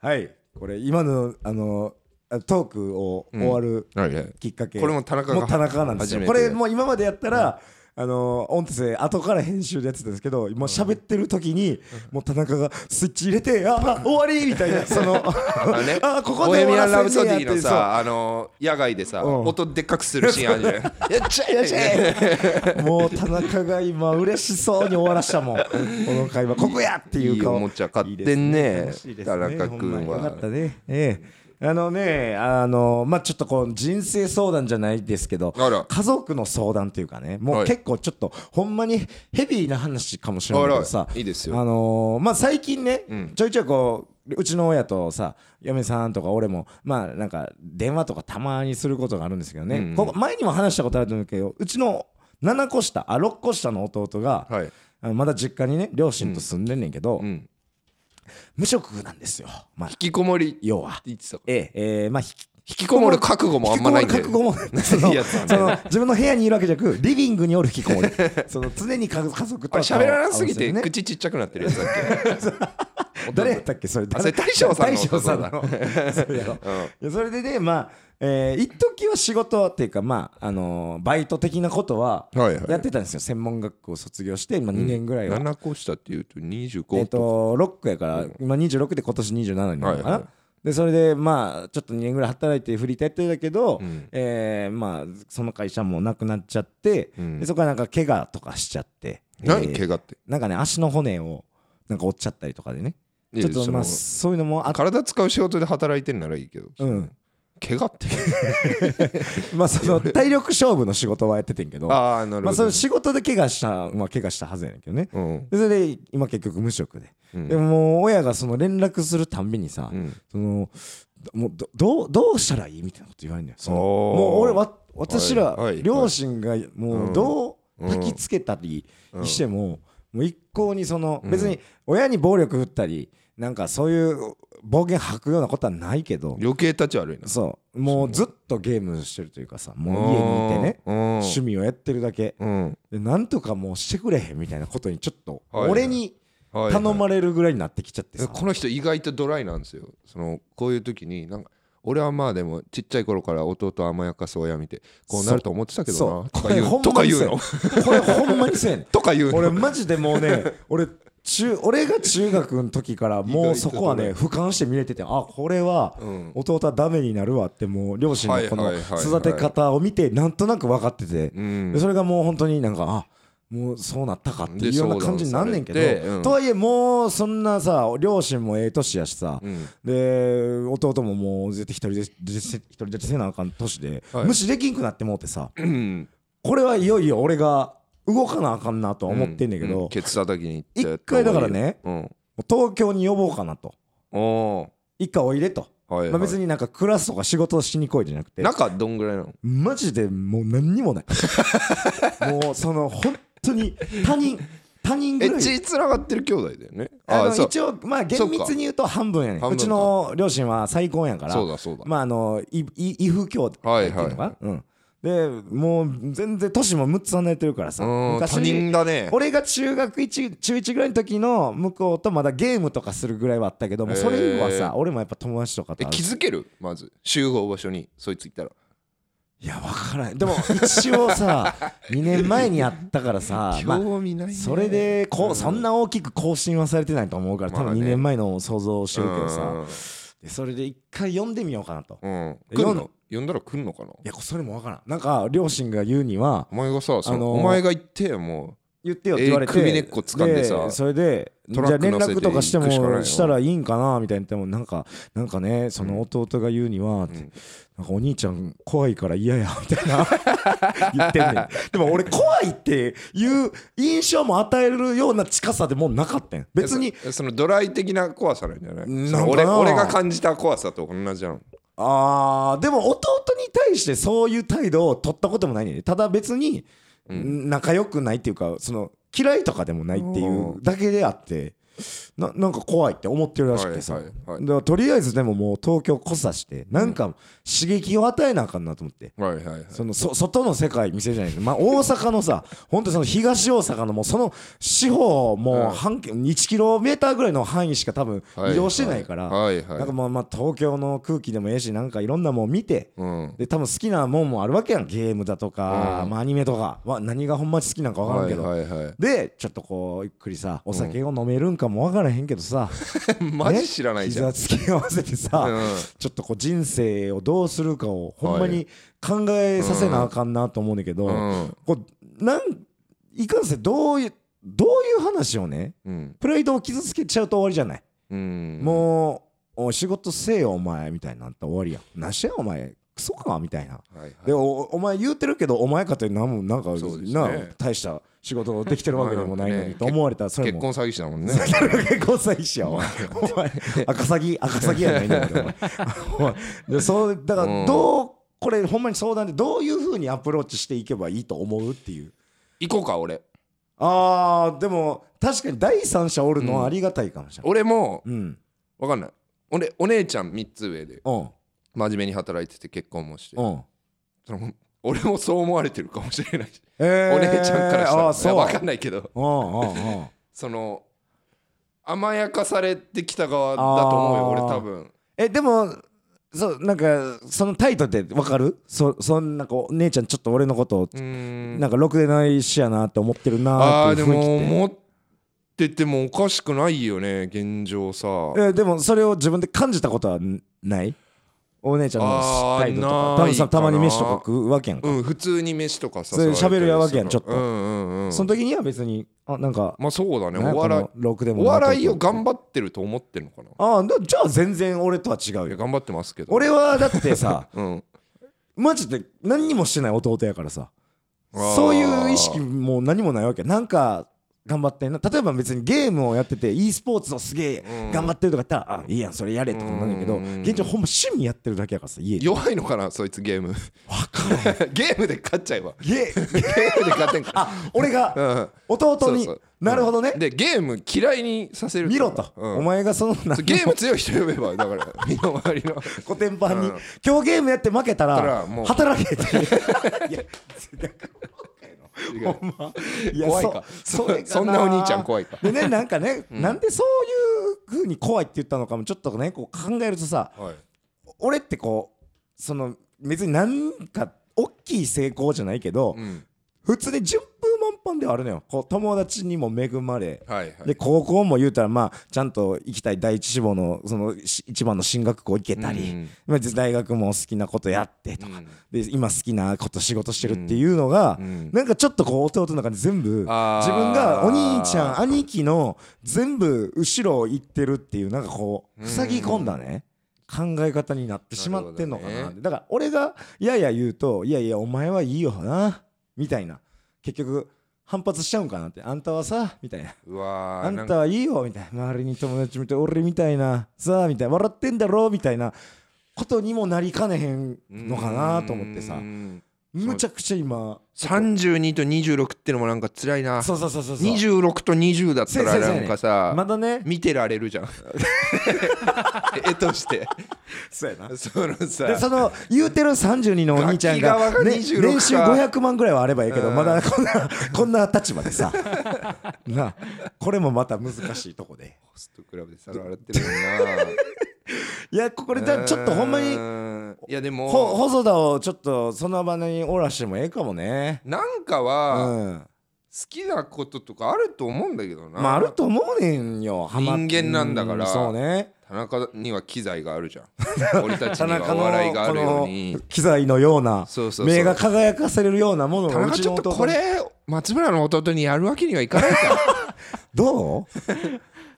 S2: はいこれ今のあのあトークを終わる
S1: はいはい
S2: きっかけ
S1: これも田中
S2: もう
S1: が
S2: 田中なんです
S1: 初め
S2: よ
S1: て
S2: これもう今までやったら、あの音声後から編集でやってたんですけど今喋ってる時にもう田中がスイッチ入れて「ああ終わり!」みた
S1: *laughs*
S2: いなその
S1: あ
S2: *laughs*
S1: ね、
S2: あここ
S1: ボ
S2: で
S1: ヘ
S2: 終
S1: ミ
S2: わ
S1: アン・ラ
S2: ら
S1: ブ
S2: せ
S1: ソ
S2: ん
S1: デ
S2: ね
S1: ィ
S2: やっ
S1: の
S2: て
S1: さ、あの野外でさ、
S2: うん
S1: 音でっかくするシーンあ
S2: *laughs*
S1: るじゃん。やっちゃえやっちゃえ
S2: そうもう田中が今嬉しそうに終わ
S1: *laughs*
S2: らしたもんこの会話ここやって
S1: い
S2: い
S1: いう
S2: 顔
S1: おもちゃ買
S2: いい
S1: っ
S2: です
S1: てんね
S2: 楽しいです
S1: 田中
S2: ほんま
S1: 君
S2: によかった
S1: は。
S2: ねええあのねあのまあちょっとこう人生相談じゃないですけど
S1: あら
S2: 家族の相談というかねも
S1: は
S2: う
S1: い
S2: 結構ちょっとほんまにヘビーな話かもしれないけどさ
S1: あらいいですよ
S2: あのーまあ最近ね
S1: うん
S2: ちょいちょいこううちの親とさ嫁さんとか俺もまあなんか電話とかたまにすることがあるんですけど
S1: うんう
S2: ね
S1: ん
S2: ここ前にも話したことあると思うけどうちの7個下あ6個下の弟が、
S1: はい。
S2: あのまだ実家にね両親と住んでんねんけど、
S1: うん。
S2: 無職なんですよ、まあ
S1: 引、きこもりって
S2: 要は。
S1: 言ってたか
S2: ええええまあひ
S1: ら。引きこもる覚悟もあんまないんだ
S2: 引
S1: よ
S2: き。こもる覚悟もそ
S1: *laughs*
S2: の
S1: いいやつだね
S2: その自分の部屋にいるわけじゃなくリビングにおる引きこもりその常に家家族
S1: あ
S2: と
S1: れ喋らなすぎ
S2: 合
S1: て
S2: わせね
S1: 口ちっちゃくなってるやつだっけ。
S2: *laughs* 誰やったっけそれ
S1: あそれ大将さんの
S2: 大将さんのそうやろ *laughs* いやそれでねまあえー一時は仕事っていうかまああのーバイト的なことは
S1: はいはい
S2: やってたんですよ専門学校を卒業して今2年ぐらいは
S1: 7個下っていうと25
S2: えっと6やから今26で今年27になるのかな、
S1: はいは
S2: でそれでまあちょっと2年ぐらい働いてフリーターやってたけど、
S1: うん
S2: えーまあその会社もなくなっちゃって、
S1: うん
S2: でそこからなんか怪我とかしちゃってえ
S1: 何
S2: ー
S1: 怪我って。
S2: なんかね足の骨をなんか折っちゃったりとかでね
S1: い
S2: ち
S1: や
S2: ょっと
S1: そ
S2: まあ
S1: の
S2: そういうのもあっ
S1: 体使う仕事で働いてんならいいけど。
S2: うん
S1: 怪我って。
S2: まあその体力勝負の仕事はやっててんけど
S1: *laughs* ああ、なる
S2: まあ
S1: ほ
S2: そ
S1: ど
S2: の。仕事で怪我したまあ怪我したはずやねんけどね
S1: うん
S2: でそれで今結局無職で、
S1: うん
S2: でももう親がその連絡するたんびにさ、
S1: うん
S2: そのもうどどうどうしたらいいみたいなこと言われるのよその
S1: おー
S2: もう俺わ私ら
S1: はいはい
S2: 両親がもうどう
S1: うん
S2: 焚きつけたりしてももう一向にその
S1: うん
S2: 別に親に暴力振ったりなんかそういう暴言吐くようなことはないけど
S1: 余計立ち悪いな。
S2: そうもうずっとゲームしてるというかさもう家にいてね
S1: うん。
S2: 趣味をやってるだけ
S1: うん。
S2: でなんとかもうしてくれへんみたいなことにちょっと
S1: はいはい
S2: 俺に
S1: はい
S2: 頼まれるぐらいになってきちゃってさ
S1: この人意外とドライなんですよそのこういう時になんか俺はまあでもちっちゃい頃から弟を甘やかす親見てこうなると思ってたけど
S2: そう
S1: なと
S2: こ
S1: か
S2: れ
S1: 言
S2: ほ
S1: うんと
S2: ま
S1: か
S2: に
S1: 言
S2: そ
S1: う
S2: うやね
S1: の
S2: んこれほんまにそうやねん
S1: とか *laughs* 言うの
S2: 俺マジでもうね俺中俺が中学の時からもうそこは
S1: 意
S2: ね俯瞰して見れててあこれは
S1: うん
S2: 弟はダメになるわってもう両親のこの
S1: はいはいはいはい
S2: 育て方を見てなんとなく分かってて
S1: うん
S2: でそれがもう本当になんかあもうそうなったかっていうような
S1: で
S2: 感じになんねんけ
S1: 相談されてう
S2: ど
S1: ん
S2: とはいえもうそんなさ両親もええ年やしさ
S1: うん
S2: で弟ももう絶対一人でで独り立ちせなあかん年で
S1: はい
S2: 無視できんくなってもうてさ
S1: うん
S2: これはいよいよ俺が動かなあかんなとは思ってんねんけ
S1: う
S2: ど
S1: ケツ叩きに行って
S2: 一回だからね
S1: うん
S2: もう東京に呼ぼうかなと
S1: お
S2: 一回おいでと、
S1: ーはいはい
S2: まあ、別になんかクラスとか仕事をしに来いじゃなくて
S1: 中どんぐらいなの
S2: マジでもう何に
S1: *laughs*
S2: もないもうその本当に他人他人
S1: え
S2: ぐらい
S1: 血つながってる兄弟だよね
S2: あ
S1: あ
S2: の
S1: そう
S2: 一応まあ厳密に言うと半分やね
S1: そっか
S2: んうちの両親は再婚やから
S1: そうだそうだ
S2: まああのいい異父兄弟っていうのかな、
S1: はいはい
S2: うんでもう全然年も6つ離れてるからさ
S1: うん
S2: 昔
S1: 他人だ *laughs* ね
S2: 俺が中学1中1ぐらいの時の向こうとまだゲームとかするぐらいはあったけどもうそれ以後は
S1: へ
S2: さ
S1: ー
S2: 俺もやっぱ友達とかと
S1: え
S2: 会う
S1: 気づけるまず集合場所にそいつ行ったら
S2: いや分からんでも一応
S1: *laughs*
S2: さ2年前にやったからさ、まあ
S1: 興味ないね
S2: それでこ
S1: う
S2: うんそんな大きく更新はされてないと思うから多
S1: ま
S2: 分
S1: あね
S2: 2年前のを想像してるけど
S1: う
S2: さ
S1: ん
S2: でそれで一回読んでみようかなと
S1: うん
S2: え
S1: 来
S2: 呼
S1: ん
S2: ん
S1: の呼んだら来んのかない
S2: やそれも分からんなんか両親が言うには
S1: お前がさ、その
S2: あのー
S1: お前が行っても
S2: 言ってよって言われて、
S1: えー首根っこ掴んでさ
S2: それでじ
S1: トラ
S2: ゃあ
S1: ック
S2: 連
S1: 乗せて
S2: 絡とかして
S1: 行くしかない
S2: も
S1: よ
S2: したらいいんかなみたいな言ってもなんかなんかねその弟が言うには、って
S1: ん
S2: なんかお兄ちゃん怖いから嫌やみた
S1: *laughs*
S2: いな言ってんねんでも俺怖いっていう印象も与えるような近さでもうなかったん
S1: う
S2: 別に
S1: えそそのドライ的な怖さなんじゃない
S2: なんかな
S1: その俺俺が感じた怖さと同じじゃん
S2: あーでも弟に対してそういう態度を取ったこともないねんでただ別に仲良くないっていうかその嫌いとかでもないっていうだけであってななんか怖いって思ってるらしくてさ、
S1: はいはいはい
S2: だからとりあえずでももう東京こさしてなんか刺激を与えなあかんなと思って。
S1: はいはいはい
S2: そのそ外の世界見せるじゃないですか、まあ、大阪のさ、本当にその東大阪のもうその四方、
S1: う
S2: も
S1: ん
S2: う半径1キロメーターぐらいの範囲しか多分移動してないから、
S1: はいはいはい
S2: なんかまあまあ東京の空気でもええし、なんかいろんなもん見て、
S1: うん
S2: で多分好きなもんもあるわけやん、ゲームだとか、
S1: うん
S2: まあ、アニメとか、わ何がほんまに好きなんか分からん
S1: は
S2: け
S1: い
S2: ど。
S1: はいはい
S2: でちょっとこうゆっくりさお酒を飲めるんかも分からへんけどさ、
S1: マジ知らないじゃん、
S2: ね膝つき合わせてさ、
S1: うん
S2: ちょっとこう人生をどうするかをほんまに考えさせなあかんなと思うねんだけど、
S1: うん
S2: こうなんいかんせんどういうどういう話をね
S1: うん
S2: プライドを傷つけちゃうと終わりじゃない、
S1: うん
S2: もうお仕事せえよお前みたいになったら終わりやんなしやお前クソかみたいな。
S1: う、はい
S2: で
S1: はい、
S2: おお前言うてるけどお前かってなんもなんか、
S1: そうですね
S2: な大した仕事できてるわけでもないのにと思われたらそれ
S1: 結
S2: も
S1: 婚詐欺師だもんね
S2: 結婚詐欺師やお前お前赤詐欺赤詐欺やないんだけどお前でそうだからどうこれほんまに相談でどういうふうにアプローチしていけばいいと思うっていう
S1: 行こうか俺
S2: あーでも確かに第三者おるのはありがたいかもしれない
S1: 俺も
S2: うん
S1: わかんない俺お姉ちゃん3つ上で
S2: うん
S1: 真面目に働いてて結婚もして
S2: うん
S1: その俺もそう思われてるかもしれないし、
S2: えー
S1: お姉ちゃんからしたら
S2: あーそう
S1: 分かんないけど
S2: うんうんうん
S1: その甘やかされてきた側だと思うよ
S2: あー
S1: 俺多分
S2: えでもそうなんかその態度ってわかるそそんなこう姉ちゃんちょっと俺のことを
S1: うーん
S2: なんかろくでないしやなって思ってる
S1: あ
S2: な
S1: あ
S2: ーって
S1: で
S2: いう雰
S1: も
S2: 囲気って
S1: 思っててもおかしくないよね現状さ
S2: えーでもそれを自分で感じたことはんないお姉ちゃんの態度と
S1: あー
S2: か多分さ
S1: ないかな
S2: たまに飯とか食うわけやんか、
S1: うん普通に飯とかさ
S2: それ喋るやわけや
S1: 誘われた
S2: ん
S1: りす
S2: ちょっと
S1: るのうんうんうん
S2: その時には別にあなんか、
S1: まあそうだね
S2: なん
S1: お
S2: か
S1: 笑い
S2: このろくでも
S1: お笑いを頑
S2: 張
S1: 張ってると思ってるのかな
S2: ああでじゃあ全然俺とは違う
S1: いや
S2: よ
S1: 頑張ってますけど
S2: 俺はだってさ
S1: うん
S2: マジで何にもしてない弟やからさ
S1: あー
S2: そういう意識も何もないわけなんか頑張ってんな例えば別にゲームをやってて e スポーツのすげえ
S1: うん
S2: 頑張ってるとか言ったら、あいいやんそれやれとかなんだけど
S1: うん
S2: 現状ほんま趣味やってるだけやからさ家で
S1: 弱いのかなそいつゲーム
S2: 分から
S1: *laughs*
S2: ん
S1: ゲームで勝っちゃえば
S2: ゲ
S1: ゲームで勝ってんか
S2: あ俺が
S1: *laughs* らうん
S2: 弟に
S1: そうそう
S2: なるほどね、
S1: でゲーム嫌いにさせる
S2: 見ろと、
S1: うん
S2: お前がその
S1: *laughs*
S2: なん
S1: そうゲーム強い人呼べばだから身の回りの
S2: コテンパンに、
S1: うん
S2: 今日ゲームやって負けた
S1: た
S2: ら
S1: らもう *laughs*
S2: 働けっていやほんまいや
S1: 怖いか
S2: そそれが
S1: そんなお兄ちゃん怖いか *laughs*
S2: でねなんかね、なんでそういう風に怖いって言ったのかもちょっとねこう考えるとさ
S1: はい
S2: 俺ってこうその別になんか大きい成功じゃないけど、
S1: うん
S2: 普通に順風満帆ではあるのよこう友達にも恵まれ、
S1: はいはい
S2: で高校も言うたらまあちゃんと行きたい第一志望のそのし一番の進学校行けた
S1: う
S2: り
S1: ん、
S2: まあ大学も好きなことやってとか、
S1: うん
S2: で今好きなこと仕事してるっていうのが、
S1: うん
S2: なんかちょっとこう弟の中で全部自分
S1: あー
S2: がお兄ちゃん兄貴の全部後ろを行ってるっていうなんかこう塞ぎ込んだね。考え方になってしまってんのか
S1: なる
S2: な
S1: ほどね
S2: だから俺がいやいや言うといやいやお前はいいよなみたいな結局反発しちゃうんかなってあんたはさみたいな
S1: うわー
S2: あん
S1: なん
S2: た
S1: か
S2: はいいよみたいな周りに友達見て俺みたいなさあみたいな笑ってんだろみたいなことにもなりかねへんのかなと思って
S1: う
S2: さ
S1: ん
S2: むちゃくちゃ今
S1: 32と26ってのもなんか辛いな
S2: そうそうそうそうそう
S1: 26と20だったら
S2: そうそうそう
S1: なんかさ
S2: まだね
S1: 見てられるじゃ
S2: *laughs*
S1: ん絵として
S2: そうやな
S1: その
S2: でそ
S1: さ
S2: の言うてる32のお兄ちゃ
S1: ガ
S2: ん
S1: キ側
S2: が、
S1: が
S2: ね、年
S1: 26
S2: 収
S1: か
S2: 500万ぐらいはあればいいけど
S1: うん
S2: まだこんなこんな立場で
S1: *laughs*
S2: さなあこれもまた難しいとこで
S1: ホストクラブで皿洗ってるもんない
S2: やこれだちょっとほんまに
S1: うんいやでも
S2: ほ細田をちょっとその場におらしてもええかもね
S1: なんか
S2: う
S1: は
S2: ん
S1: 好きなこととかあると思うんだけどな、
S2: まああると思うねんよハマっ
S1: 人間なんだから
S2: うそうね
S1: 田中には機材があるじゃ
S2: *laughs*
S1: ん俺たちにはお笑いがあるように
S2: この機材のような
S1: そうそうそう
S2: 目が輝かせれるようなもの
S1: 田
S2: がう
S1: 中
S2: ち
S1: ちょ
S2: の
S1: っと
S2: 弟
S1: これ松村の弟にやるわけにはいかないから
S2: *laughs* どう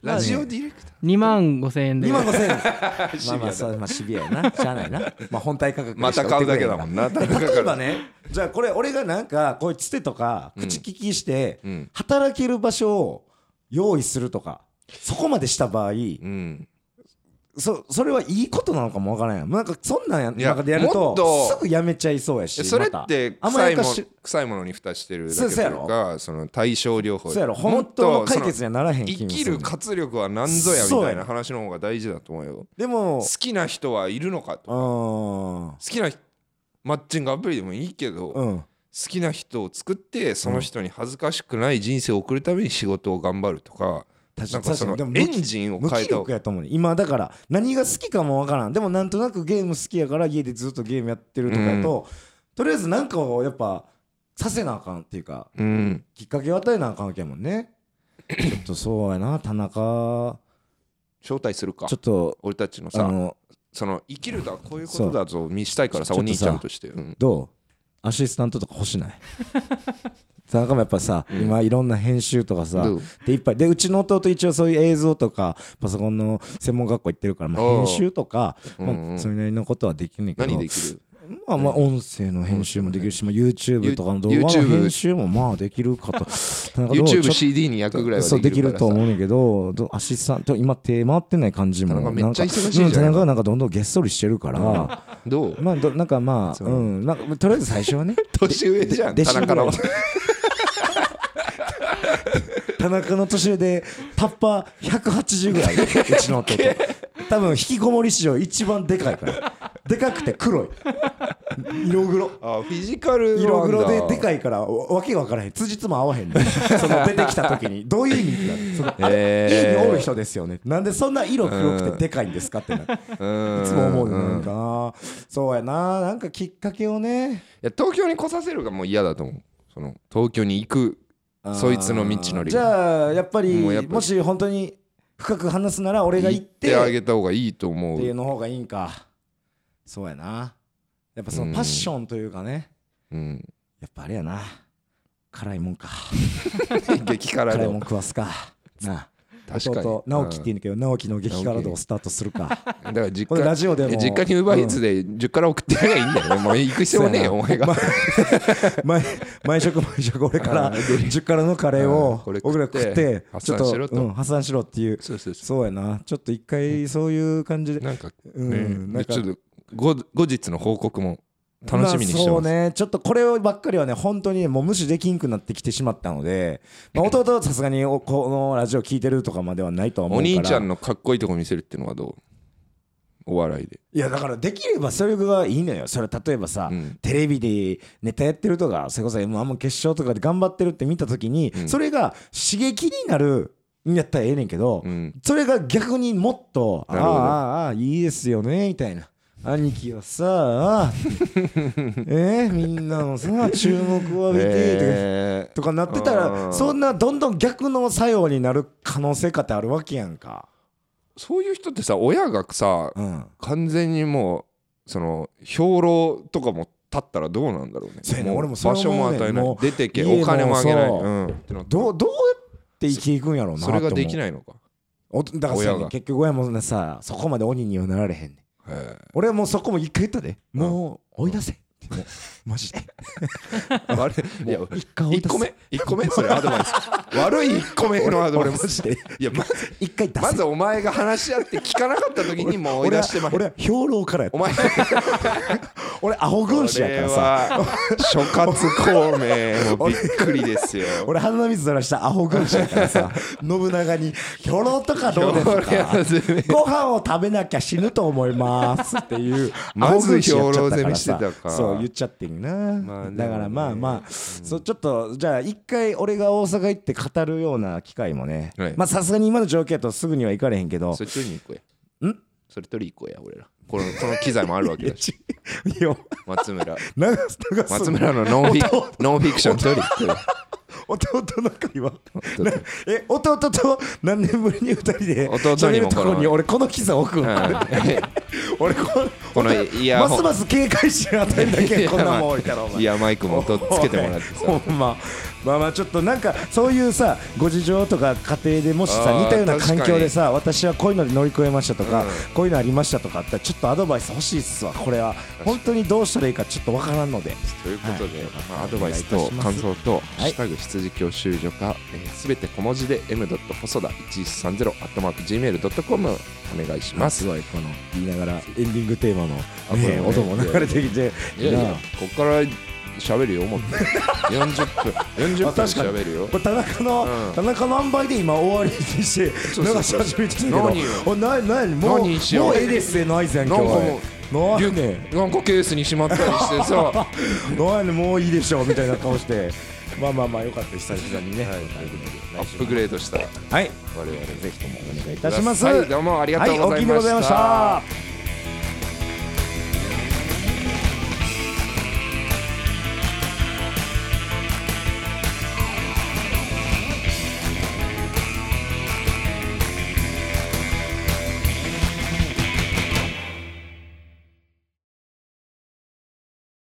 S1: ラジオディレクター
S3: 2万5千円で
S2: 今のせいまあまあそうまあ *laughs* シビアやなしゃあないな *laughs* まあ本体価格で
S1: また買うだけだもんな
S2: で例えばねじゃあこれ俺がなんかこういうつてとか口利きして
S1: うん
S2: 働ける場所を用意するとかそこまでした場合
S1: うん
S2: そそれはいいことなのかもわからんやんなんかそんなんや
S1: いや
S2: なんかでやる
S1: もっと
S2: とすぐやめちゃいそう
S1: い
S2: や
S1: や
S2: し
S1: それ
S2: また
S1: って
S2: 甘
S1: 臭
S2: や
S1: い
S2: か
S1: も
S2: し
S1: 臭いものに蓋してるだけ
S2: そう
S1: と
S2: そうや
S1: いう
S2: ろ
S1: かその対症療法
S2: そうやろ
S1: も
S2: 本
S1: っ
S2: 当
S1: と
S2: の解決にはならへん気
S1: 生
S2: もす
S1: き
S2: る
S1: る活力は何ぞやみ
S2: そう
S1: た
S2: や
S1: い
S2: な
S1: な話の方が大事だと思うよ
S2: でも
S1: 好きな人はいるのかと
S2: うーん
S1: 好きな人マッチングアプリでもいいけど、
S2: う
S1: 好
S2: ん
S1: きな人を作ってその人に恥ずかしくない人生を送るために仕事を頑張るとか、なん
S2: 確かに
S1: か
S2: 確
S1: そ
S2: か
S1: の
S2: にでも
S1: エンジンを
S2: 無
S1: 変え
S2: 気
S1: た
S2: 力やと思うね今だから何が好きかもわからんでもなんとなくゲーム好きやから家でずっとゲームやってるとかやと、とりあえずなんかをやっぱさせなあかんっていうか
S1: うん
S2: きっかけを与えなあかんわけやもん
S1: *clears throat*
S2: ねちょっとそうやな田中
S1: 招待するか
S2: ちょっと
S1: 俺たちの
S2: あ
S1: さ
S2: の
S1: その生きるとはこういうことだぞ見したいからさ
S2: ちょ
S1: お
S2: っとさ
S1: 兄ちゃんとして、うん
S2: どうアシスタントとか欲
S1: *laughs*
S2: しない田中もやっぱさ、今いろんな編集とかさ
S1: どう
S2: でいっぱいでうちの弟一応そういう映像とかパソコンの専門学校行ってるから、まあ、
S1: おう
S2: 編集とか、
S1: うんう
S2: まあ、
S1: ん
S2: それなりのことはできんねんけど
S1: 何できる
S2: まあまあ音声の編集もできるし、まあ、YouTube とかの動画の
S1: YouTube
S2: 編集もまあでき
S1: *laughs*
S2: るかと田中どうちょっと
S1: YouTubeCD に焼くぐらいは
S2: そう
S1: で
S2: でき
S1: きる
S2: る
S1: から
S2: と
S1: さ
S2: 思うねんだけどどアシスタント今手回ってない感じも
S1: 田中めっちゃ忙しいじゃん
S2: なんかうん田中はなんかどんどんげっそりしてるから
S1: どう
S2: まあどなんかまあうんなんかとりあえず最初
S1: *laughs*
S2: はね
S1: 年上じゃん
S2: で
S1: 田中の
S2: 弟子ぐ田中の年上でタッパー180ぐらいうちの弟多分引きこもり史上一番でかいからでかくて黒い色黒
S1: あフィジカル
S2: 色黒でで
S1: い
S2: かいからわわけが分からへんつじつま合わへん
S1: *laughs*
S2: ねその出てきた時にどういう意味なのその、あれ
S1: へー
S2: 家におる人ですよねなんでそんな色黒くてでかいんですかってない
S1: つ
S2: つも思うねなんかなそうやななんかきっかけをね
S1: いや東京に来させるがもう嫌だと思うその東京に行く
S2: あー
S1: そいつの道のり
S2: じゃあやっぱり
S1: もうやっぱり
S2: もし本当に深く話すなら俺が
S1: 行
S2: 行
S1: っ
S2: って
S1: てあ
S2: っ
S1: げた方がいいと思
S2: ていう
S1: う
S2: の方がいいんかそうやなやっぱそのパッションというかね、
S1: うん、 *laughs*
S2: やっぱあれやな辛いもんか
S1: 激辛
S2: 辛いもん
S1: の
S2: 食わすかなあ
S1: 確かに
S2: 弟直樹って言うんだけど直樹の激辛度
S1: 直
S2: をスタートするか
S1: だから実
S2: これラ
S1: 家
S2: ジオでも
S1: 実家にウーバーイーツ
S2: で
S1: で10から送ってやればいいんだよ
S2: *laughs*
S1: ねもう行く必要ねえよお前が
S2: 毎 *laughs* 毎食毎食俺から
S1: あ
S2: 10からのカレー
S1: あ
S2: を
S1: ーこれ
S2: 僕ら
S1: 食
S2: 食
S1: って
S2: って
S1: 発
S2: ちょ
S1: 散
S2: っと
S1: しろと
S2: うん発散しろっていう
S1: そうそうそ
S2: そうやなちょっと一回そういう感じ
S1: う
S2: で
S1: なんか
S2: う
S1: ね
S2: んな
S1: で
S2: んか
S1: ちょっと後後日の報告も楽しみにして
S2: まあそ
S1: ま
S2: う
S1: す、
S2: ねちょっとこればっかりはね本当にねもう無視できんくなってきてしまったので、
S1: *laughs*
S2: まあ、弟はさすがにおこのラジオ聞いてるとかまではないとは思う
S1: お
S2: から
S1: 兄ちゃんのかっこいいとこ見せるっていうのはどうお笑いで、
S2: いやだからできればそれがいいのよそれ例えばさ、
S1: うん
S2: テレビでネタやってるとかそれこそ m 1も決勝とかで頑張ってるって見た時に、
S1: うん
S2: それが刺激になるんやったらええねんけど、
S1: うん、
S2: それが逆にもっと「あ
S1: なるほど
S2: あああいいですよね」みたいな。兄貴は
S1: *laughs*
S2: さえーみんなのさ注目を浴びてと
S1: え
S2: かとかなってた
S1: あー
S2: らそんなどんどん逆の作用になる可能性かってあるわけやんか。
S1: ーそういう人ってさ親がさ
S2: うん
S1: 完全にもうその兵糧とかも立ったらどうなんだろうね
S2: そうやね俺もそう
S1: 場
S2: 思
S1: 所
S2: うね
S1: も与えない
S2: も
S1: う出てけ
S2: 家も
S1: お金もあげない、
S2: そう
S1: うん、ってなったら
S2: どうどうやって生きていくんやろうな
S1: それができ
S2: い
S1: ないのか、
S2: だからさ
S1: 親が
S2: 結局親もさそこまで鬼にはなられへんねん
S1: え
S2: 俺はもうそこも一回言ったでもう追い出せって *laughs* もうマジで
S1: ー、あれいや
S2: 一回追い
S1: 1
S2: 出
S1: 個
S2: せ
S1: 目1個目それアドバイス悪い1個目のアドバイス
S2: して
S1: いやまず
S2: 一回出せ
S1: まずお前が話し合って聞かなかった時にもう追い
S2: 俺
S1: 出
S2: は
S1: してまい
S2: 俺は兵糧からやっ
S1: お
S2: た
S1: 前
S2: 俺アホ軍師やからさ
S1: これは諸葛孔明もびっくりですよ
S2: 俺鼻水垂らしたアホ軍師やか
S1: *laughs*
S2: らさ信長に「ひょろとかどうです
S1: 兵糧
S2: か
S1: 攻め
S2: *laughs* ご飯を食べなきゃ死ぬと思います」っていう
S1: まず
S2: アホ軍師やっちゃった
S1: 兵糧攻
S2: から
S1: めしてたか
S2: さそう言っちゃってんな、
S1: まあでもね
S2: だからまあまあ、そうちょっとじゃあ一回俺が大阪行って語るような機会もね、
S1: はい
S2: まあさすがに今の状況やとすぐには行かれへんけど
S1: それ取りに行こうや
S2: ん
S1: それ取りに行こうや俺らこのこの機材もあるわけだ
S2: *laughs*
S1: し
S2: いや
S1: 松
S2: *laughs*
S1: 村
S2: 長す長す
S1: 松村のノンフィノンフィクション取りに行こうよ
S2: 弟の会話
S1: 弟
S2: なえ弟と何年ぶりに二人で
S1: 弟にも
S2: 喋るとこに俺この機材置くん
S1: うん
S2: 俺こ
S1: このイヤ
S2: ます
S1: ホン
S2: ます警戒心与えんだけこんなもん置いたらお前
S1: イヤマイクもとつけてもらってさ
S2: ほんままあまあちょっとなんかそういうさご事情とか家庭でもしさ
S1: あー
S2: 似たような
S1: 確かに
S2: 環境でさ私はこういうので乗り越えましたとか、
S1: うん
S2: こういうのありましたとかあったらちょっとアドバイス欲しいっすわこれは本当にどうしたらいいかちょっとわからんので
S1: ということで、
S2: はい
S1: まあ、アドバイスと感想と「ハッ
S2: い
S1: シュタグ羊教習所か」す、べ、て小文字で m. 細田1130 gmail.com お願いし
S2: まあ
S1: ます。
S2: すごいこの言いながらエンディングテーマの、ね
S1: あこれね
S2: 音も流れてきて
S1: いやい
S2: な
S1: や
S2: あ、
S1: こっから喋るよ、もっと。40分、40分
S2: あ確かに
S1: 喋るよ
S2: こ。れ田中の、
S1: うん
S2: 田中の塩梅で今終わりにして
S1: うそう
S2: 流し始めてるけど
S1: 何よ
S2: おな何もう
S1: 何しよう
S2: もうええですねの合図やん今日
S1: なんかも
S2: は
S1: リ
S2: な
S1: ュ
S2: んね
S1: なんかケースにしまったりして *laughs* さ、
S2: なんねもういいでしょうみたいな顔して
S1: *laughs*
S2: まあまあまあよかった久々にねはい、
S1: アップグレードした我
S2: はい、
S1: 々。
S2: ぜひともお願いいたします
S1: はい、どうもありがとうございました。
S2: はい、お聞きでございました